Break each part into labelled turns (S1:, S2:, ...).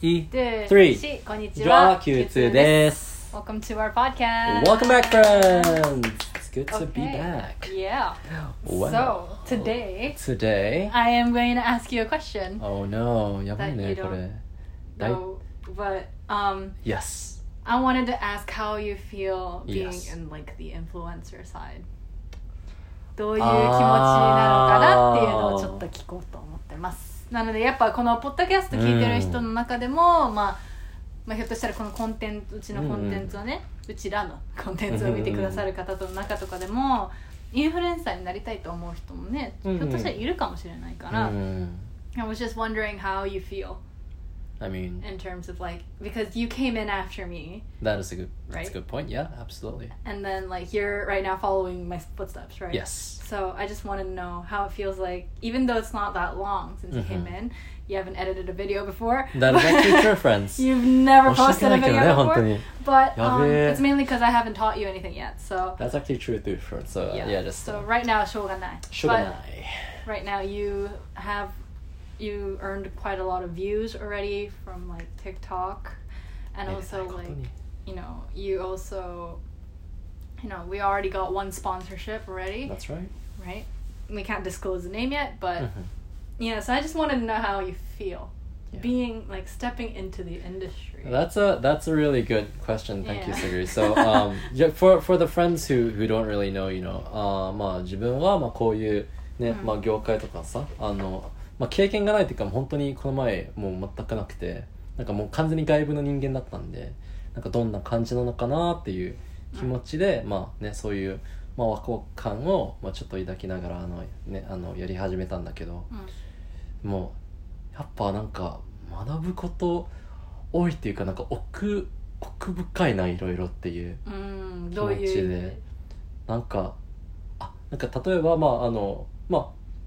S1: E
S2: Two,
S1: Three.
S2: しこんにち
S1: draw
S2: は。
S1: Q2 です
S2: Welcome to our podcast.
S1: Welcome back friends It's good to be
S2: Okay.
S1: back
S2: Yeah.
S1: Wow.
S2: So today
S1: Today
S2: I am going to ask you a question.
S1: Oh no やばい
S2: That
S1: ね
S2: you
S1: これ That-
S2: No, but um,
S1: Yes
S2: I wanted to ask how you feel being
S1: Yes.
S2: in like the influencer side. どういう気持ちなのかなっていうのをちょっと聞こうと思ってます。なのでやっぱこのポッドキャスト聞いてる人の中でも、まあ。まあ、ひょっとしたらこのコンテンツうちのコンテンツをね、うちらの コンテンツを見てくださる方との中とかでもインフルエンサーになりたいと思う人もね、
S1: うんうん
S2: ひょっとしたらいるかもしれないから、
S1: Mm.
S2: I was just wondering how you feel
S1: I mean
S2: in terms of like because you came in after me
S1: that is a good that's a
S2: Right.
S1: good point yeah absolutely
S2: and then like you're right now following my footsteps right
S1: Yes
S2: so I just want to know how it feels like even though it's not that long since
S1: Mhm.
S2: you came in you haven't edited a video before
S1: That is actually true friends
S2: you've never
S1: 申し訳
S2: posted
S1: な
S2: a
S1: いけど
S2: video
S1: ね
S2: before
S1: 本当に
S2: But um,
S1: やべえ。
S2: it's mainly because I haven't taught you anything yet. So
S1: That's actually true too friends so
S2: yeah.
S1: yeah just uh,
S2: so right now, しょうがない。
S1: しょうがない。
S2: But right now, you have you earned quite a lot of views already from like TikTok,
S1: め
S2: and
S1: で
S2: also
S1: たいこと
S2: like
S1: に
S2: you know you also you know we already got one sponsorship already,
S1: That's right.
S2: right? We can't disclose the name yet, but
S1: Mhm.
S2: yeah. So I just wanted to know how you feel
S1: Yeah.
S2: being like stepping into the industry.
S1: That's a that's a really good question. Thank you,
S2: Yeah.
S1: Suguri. So, um, yeah, for for the friends who who don't really know, you know, あーまあ自分はまあこういうね、
S2: うん
S1: まあ業界とかさ、あのまあ経験がないというか本当にこの前もう全くなくて、なんかもう完全に外部の人間だったんで、なんかどんな感じなのかなっていう気持ちで、まあねそういうまあワクワク感をまあちょっと抱きながらあのねあのやり始めたんだけど。
S2: うん
S1: もうやっぱなんか学ぶこと多いっていうかなんか奥奥深いないろいろっていう
S2: うん、
S1: 気
S2: どう
S1: 持ち
S2: いう意味
S1: でなんかあなんか例えばまああのまあ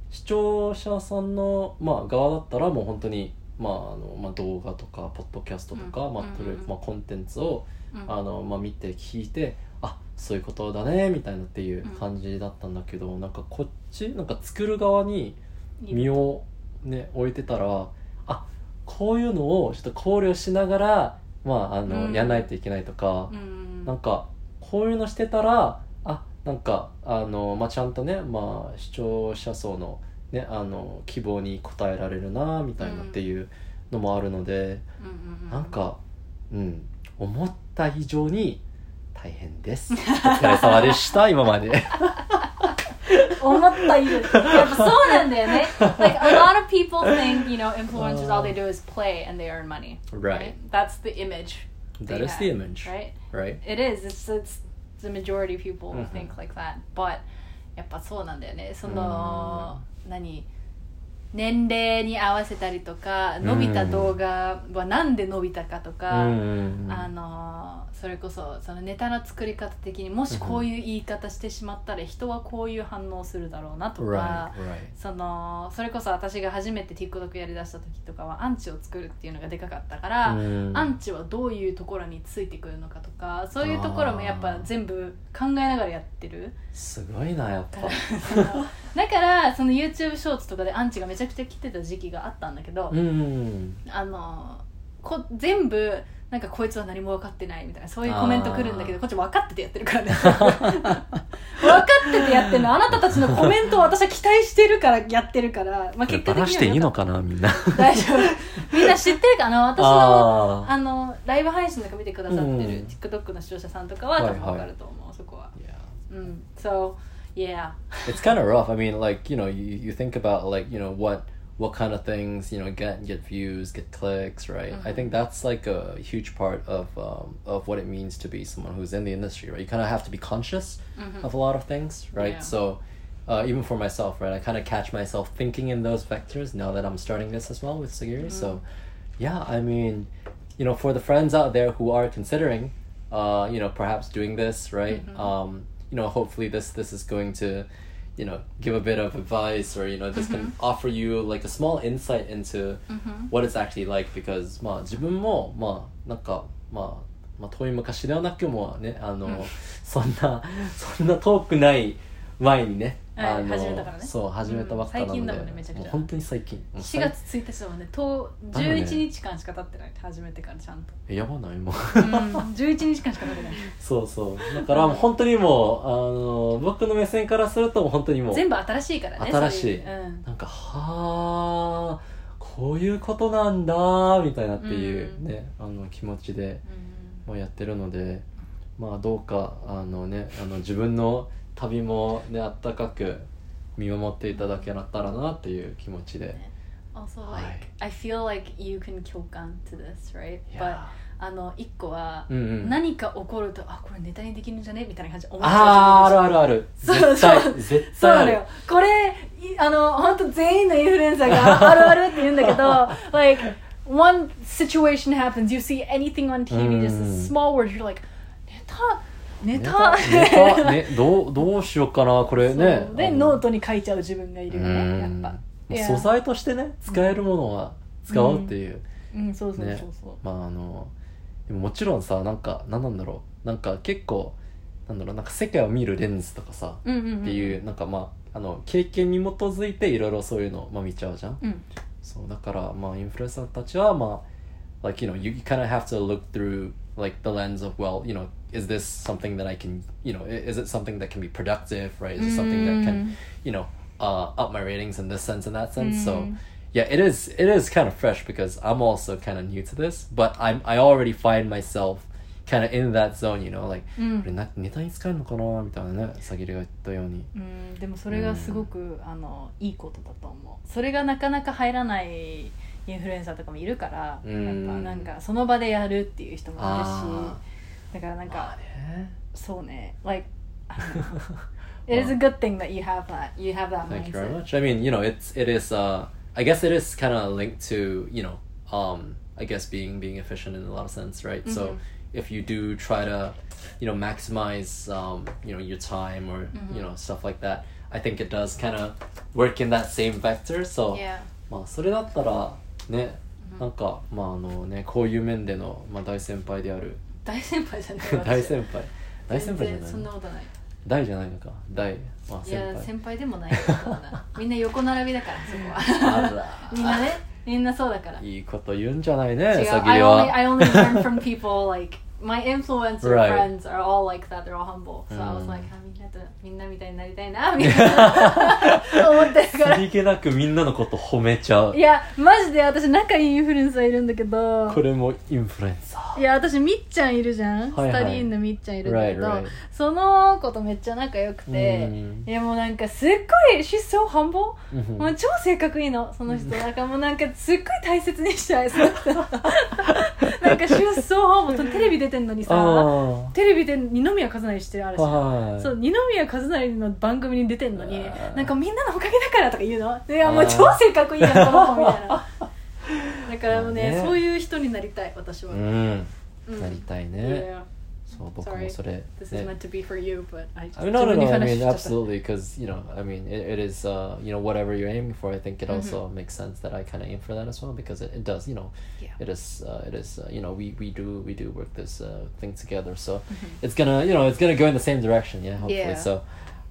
S1: 視聴者さんの、まあ、側だったらもう本当にまああのまあ、動画とかポッドキャストとか、
S2: うん
S1: まあ
S2: うん
S1: とりあえず
S2: うん
S1: まあ、コンテンツを、
S2: うん
S1: あのまあ、見て聞いてあそういうことだねみたいなっていう感じだったんだけど、なんかこっちなんか作る側に身をね置いてたらあこういうのをちょっと考慮しながらまああの、
S2: うん
S1: やらないといけないとか
S2: う、ん
S1: なんかこういうのしてたらあなんかあの、まあ、ちゃんとね、まあ、視聴者層の,、ね、あの希望に応えられるなみたいなっていうのもあるので、
S2: うんうんうん
S1: なんかうん思った以上に大変 です。お疲れ様でした今まで。
S2: 思っ た以上にやっぱそうなんだよね like a lot of people think you know influencers all they do is play and they earn money
S1: Right.
S2: that's the image
S1: That
S2: they
S1: is the
S2: have,
S1: image,
S2: right
S1: right?
S2: it is it's it's the majority of people
S1: うんうん
S2: think like that but やっぱそうなんだよねその何年齢に合わせたりとか伸びた動画はなんで伸びたかとか、
S1: うんうんうん
S2: あのーそれこそそのネタの作り方的にもしこういう言い方してしまったら人はこういう反応するだろうなと
S1: right,
S2: か
S1: right.
S2: そのそれこそ私が初めて TikTok やりだした時とかはアンチを作るっていうのがでかかったから、
S1: うん
S2: アンチはどういうところについてくるのかとかそういうところもやっぱ全部考えながらやってる
S1: すごいなやっぱ
S2: か ら そのだからその YouTube ショーツとかでアンチがめちゃくちゃ来てた時期があったんだけど、
S1: うん
S2: あのこ全部なんかこいつは何も分かってないみたいなそういうコメント来るんだけ
S1: あー
S2: どこっち分かっててやってるからね 分かっててやってるのあなたたちのコメントを私は期待してるからやってるから、まあ、
S1: これ
S2: 結果
S1: バ
S2: 的に
S1: ラ
S2: は
S1: していいのかなみんな
S2: 大丈夫みんな知ってるかな私の
S1: あ
S2: あのライブ配信とか見てくださってる
S1: うん
S2: TikTok の視聴者さんとかは多分
S1: はいはい
S2: 分かると思う、そこは
S1: Yeah.
S2: うん So yeah
S1: It's kind of rough. I mean, like you know, you, you think about like you know what what kind of things you know get get views, get clicks, right? I think
S2: Mm-hmm.
S1: that's like a huge part of um, of what it means to be someone who's in the industry, right? You kind of have to be conscious of a lot of things, right?
S2: Mm-hmm. Yeah.
S1: So. Uh, even for myself, right? I kind of catch myself thinking in those vectors now that I'm starting this as well with Sagiri. So, yeah, I mean, you know, for the friends out there who are considering, uh, you know, perhaps doing this, right? Um, you know, hopefully this this is going to, you know, give a bit of advice or you know, this can offer you like a small insight into what it's actually like because まあ自分もまあなんかまあまあ遠い昔ではなくもねあのそんなそんな遠くない前にね、
S2: はい
S1: あの
S2: 始めたからね
S1: そう始めたばっかなので、
S2: うん最近だもんねめちゃくちゃ
S1: もう本当に最近
S2: 4月1日だもんねと
S1: だよね
S2: 11日間しか経ってない始めてからちゃんと、
S1: えやばないもう
S2: うん、11日間しか経ってない
S1: そうそうだからもう本当にもうあの僕の目線からするともう本当にもう
S2: 全部新しいからね
S1: 新しい
S2: そうううん
S1: なんかはあこういうことなんだみたいなっていう
S2: うん
S1: ね、あの気持ちで
S2: うん
S1: もうやってるのでまあどうかあのねあの自分の旅もねあったかく見守っていただけたらなっていう気持ちで、
S2: Also,
S1: はい
S2: like, I feel like you can 共感 to this, right?
S1: い
S2: But
S1: や
S2: あの一個は、
S1: うんうん
S2: 何か起こるとあこれネタにできるんじゃねみたいな感じで思っち
S1: あーあ
S2: ゃ
S1: るあるある
S2: そう
S1: 絶対
S2: そう
S1: 絶
S2: そ
S1: 対
S2: う
S1: あ
S2: なの
S1: る
S2: よこれいあの本当全員のインフルエンサーがあるあるって言うんだけ ど like one situation happens you see anything on
S1: う
S2: TV
S1: ん
S2: just a small word you're like ネタネ
S1: ネ
S2: タ
S1: タネ タ、ね、どうどうしようかなこれね
S2: そうで
S1: あの
S2: ノートに書いちゃう自分がいるよねやっぱ
S1: うん
S2: Yeah
S1: 素材としてね使えるものは使おうっていう、
S2: うんそうそうそう
S1: ね
S2: そう、
S1: まああのでももちろんさなんか何なんだろうなんか結構なんだろうなんか世界を見るレンズとかさ
S2: うんうんうん
S1: っていうなんかまああの経験に基づいていろいろそういうの、まあ、見ちゃうじゃん
S2: うん
S1: そうだからまあインフルエンサーたちはまあ like you know you kind of have to look through like the lens of well you know is this something that I can you know i- is it something that can be productive right is it something that can you know uh, up my ratings in this sense and that sense so
S2: Mm.
S1: yeah it is it is kind of fresh because I'm also kind of new to this but I'm I already find myself kind of in that zone you know like
S2: うん
S1: これなネタに使えるのかなみたいなねさぎりが言ったように
S2: うんでもそれがすごく、あのいいことだと思うそれがなかなか入らないインフルエンサーとかもいるから、
S1: うん
S2: やっぱなんかその場でやるっていう人もいる
S1: あ
S2: しだからなん
S1: ー
S2: か、
S1: まあね
S2: そうね like it is a good thing that you have that you have that
S1: Thank you very
S2: mindset
S1: much. I mean, you know, it's it is. Uh, I guess it is kind of linked to you know, um, I guess being being efficient in a lot of sense, right? So
S2: Mhm.
S1: if you do try to, you know, maximize um, you know your time or you
S2: Mhm.
S1: know stuff like that, I think it does kind of work in that same vector. So
S2: Yeah.
S1: まあそれだったらね、
S2: Mhm.
S1: なんかまああのねこういう面でのまあ大先輩である
S2: 大先輩じゃない 私
S1: 大先輩大先輩じゃ
S2: 全然
S1: ない
S2: そんなことない
S1: 大じゃないのか大まあ
S2: い
S1: 先輩
S2: や先輩でもないけどなみんな横並びだからそこ
S1: あ
S2: は
S1: ら
S2: みんなねみんなそうだから
S1: いいこと言うんじゃないね、
S2: 違う
S1: さぎ
S2: I
S1: り
S2: only, I
S1: は。
S2: only learn from people like my influencer
S1: Right.
S2: friends are all like that. They're all humble. So I was
S1: うん
S2: like, あみんなとみんなみたいになり た いなみたいな思ってるか
S1: さ
S2: ら。
S1: りげな くみんなのこと褒めちゃう
S2: い。やマジで私仲いいインフルエンサーいるんだけど。
S1: これもインフルエンサー。
S2: いや私みっちゃんいるじゃん、
S1: はいはい
S2: スタディーンのみっちゃんいるんだけど、
S1: Right, right.
S2: その子とめっちゃ仲良くて、
S1: うん
S2: いやもうなんかすっごい she's so humble、
S1: うん
S2: もう超性格いいのその人なんかもうなんかすっごい大切にしたいその 人なんか she's so humble そのテレビ出てんのに
S1: あ
S2: さテレビで二宮和也してるあ
S1: あ。
S2: るじゃん
S1: はい。
S2: そう二宮和也の番組に出てんのに
S1: あー
S2: なんかみんなのおかげだからとか言うのいやも
S1: あ
S2: う
S1: ー
S2: 超性格いいやんこの子みた いなだからもうね
S1: まあね
S2: そういう人になりたい私は、
S1: うん。
S2: うん
S1: なりたいね。
S2: Yeah,
S1: そう、僕もそれ。
S2: this is
S1: ね
S2: meant to be for you, but I just
S1: I mean, no, no, no. I
S2: 自分に話
S1: mean,
S2: し ちゃった
S1: absolutely, because you know, I mean, it, it is, uh, you know, whatever you're aiming for. I think it
S2: Mhm.
S1: also makes sense that I kind of aim for that as well because it, it does, you know,
S2: Yeah.
S1: it is, uh, it is, uh, you know, we we do we do work this uh, thing together, so it's gonna, you know, it's gonna go in the same direction, yeah, hopefully.
S2: Mm-hmm. Yeah.
S1: So,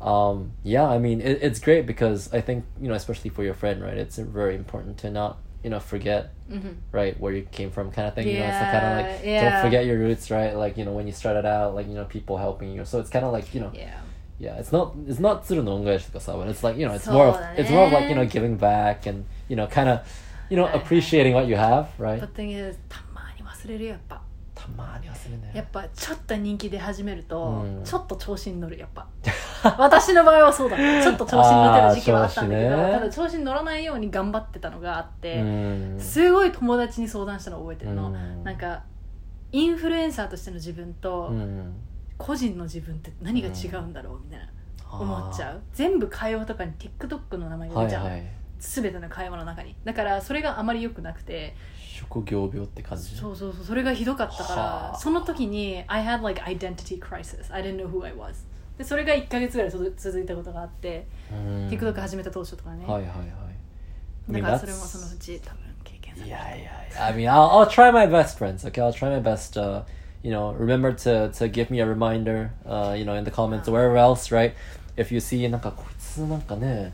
S1: um, yeah, I mean, it, it's great because I think you know, especially for your friend, right? It's very important to not, you know, forget
S2: Mhm.
S1: right where you came from kind of thing you know it's kind of
S2: Yeah,
S1: like don't
S2: yeah.
S1: forget your roots right like you know when you started out like you know people helping you so it's kind of like you know
S2: Yeah.
S1: yeah, it's not it's not 鶴の恩返しとかさ but it's like you know it's
S2: So
S1: more of it's more of like you know
S2: then-
S1: giving back and you know kind of you know
S2: Right, right.
S1: appreciating what you have right.
S2: But thing is たまに忘れるよやっぱ
S1: たまに忘れんだよね。
S2: やっ ぱちょっと人気出始めると、
S1: うん
S2: ちょっと調子に乗るやっぱ私の場合はそうだちょっと調子に乗ってる時期はあったんだけど、
S1: あー調子ね
S2: ただ調子に乗らないように頑張ってたのがあって、
S1: うん。
S2: すごい友達に相談したのを覚えてるの、
S1: うん
S2: なんかインフルエンサーとしての自分と
S1: うん。
S2: 個人の自分って何が違うんだろうみたいな、思っちゃ
S1: う。
S2: う全部会話とかに TikTok の名前が
S1: は
S2: 出ち
S1: い
S2: ゃう、
S1: はい。
S2: 全ての会話の中にだからそれがあまり良くなくて
S1: 職業病って感じ。
S2: そうそうそうそれがひどかったか
S1: はあ
S2: らその時に I had like identity crisis I didn't know who I was でそれが1ヶ月ぐらい続続いたことがあって、
S1: うん。
S2: TikTok 始めた当初とかね、
S1: はいはいはい。I
S2: だ
S1: mean,
S2: から
S1: that's-
S2: それもそのうち多分経験され
S1: Yeah, yeah, yeah. I mean, I'll, I'll try my best, friends. Okay, I'll try my best. Uh, you know, remember to to give me a reminder. Uh, you know, in the comments or wherever else, right? if you see なんかこいつなんかね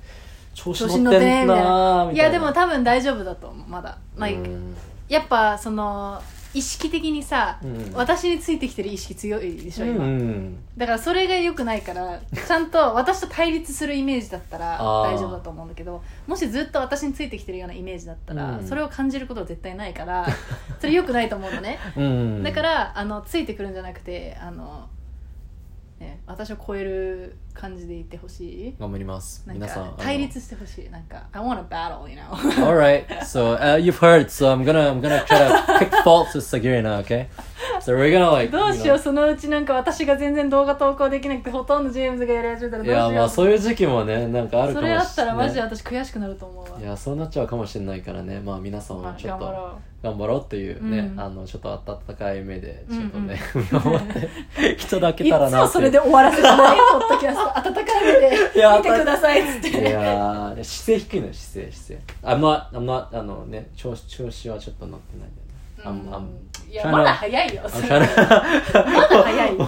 S1: 調子
S2: 調
S1: 乗
S2: 子乗
S1: っ
S2: って
S1: て
S2: ね
S1: ん
S2: みた
S1: な
S2: い
S1: ーみた
S2: な
S1: いない
S2: やでも多分大丈夫だと思うまだ、まあ
S1: うん
S2: やっぱその意識的にさ、
S1: うん
S2: 私についてきてる意識強いでしょ今、
S1: うん
S2: だからそれが良くないからちゃんと私と対立するイメージだったら
S1: あー
S2: 大丈夫だと思うんだけどもしずっと私についてきてるようなイメージだったら、
S1: うん
S2: それを感じることは絶対ないから それ良くないと思うのね
S1: うん
S2: だからあのついてくるんじゃなくてあの、ね、私を超える感じでいってほしい
S1: 頑張ります
S2: なん
S1: 皆さん
S2: か
S1: あの
S2: 対立してほしいなんか「I want a battle you know
S1: All right. So uh, you've heard. So I'm gonna I'm gonna try to pick faults with Sagiri now. Okay. So we're gonna like.
S2: どう
S1: you
S2: し
S1: know-
S2: ようそのうちなんか私が全然動画投稿できなくてほとんどジェームズがやり始めたらどう
S1: い
S2: しよ
S1: や
S2: う
S1: まあそういう時期もねなんかあるかもし
S2: それ
S1: れな
S2: あ
S1: い
S2: ったらマジで私悔しくなると思うわ
S1: いやそうなっちゃうかもしれないからねまあ皆さん
S2: ま
S1: も
S2: あ
S1: ちょっ
S2: 頑
S1: と
S2: 張ろ
S1: 頑張ろうっていうね、
S2: うん
S1: あのちょっと温かい目で
S2: うん
S1: ち
S2: う
S1: ょ
S2: ん
S1: っとね、 見守ってきただ
S2: う
S1: け
S2: いつ
S1: たらな
S2: も
S1: って
S2: それで終わらせた らねポッドキャスト温かい目で
S1: いや
S2: 見てくださいっつっ
S1: い
S2: て
S1: やー姿勢低いのよ姿勢姿勢 I'm not I'm not あのね調子調子はちょっと乗ってないんだよね、I'm-
S2: うん
S1: I'm
S2: いや
S1: trying
S2: まだ
S1: to-
S2: 早いよ
S1: あのま
S2: だ早い
S1: も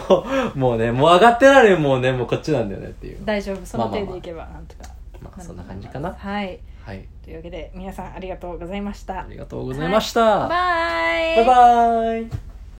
S1: う もうねもう上がってられんもうねもうこっちなんだよねっていう
S2: 大丈夫その程度いけばなんとか
S1: まあ
S2: ると
S1: そん
S2: 思
S1: ない感
S2: ます
S1: じかな
S2: はい
S1: はい
S2: というわけで皆さんありがとうございました
S1: ありがとうございました、
S2: バイ
S1: バイバイ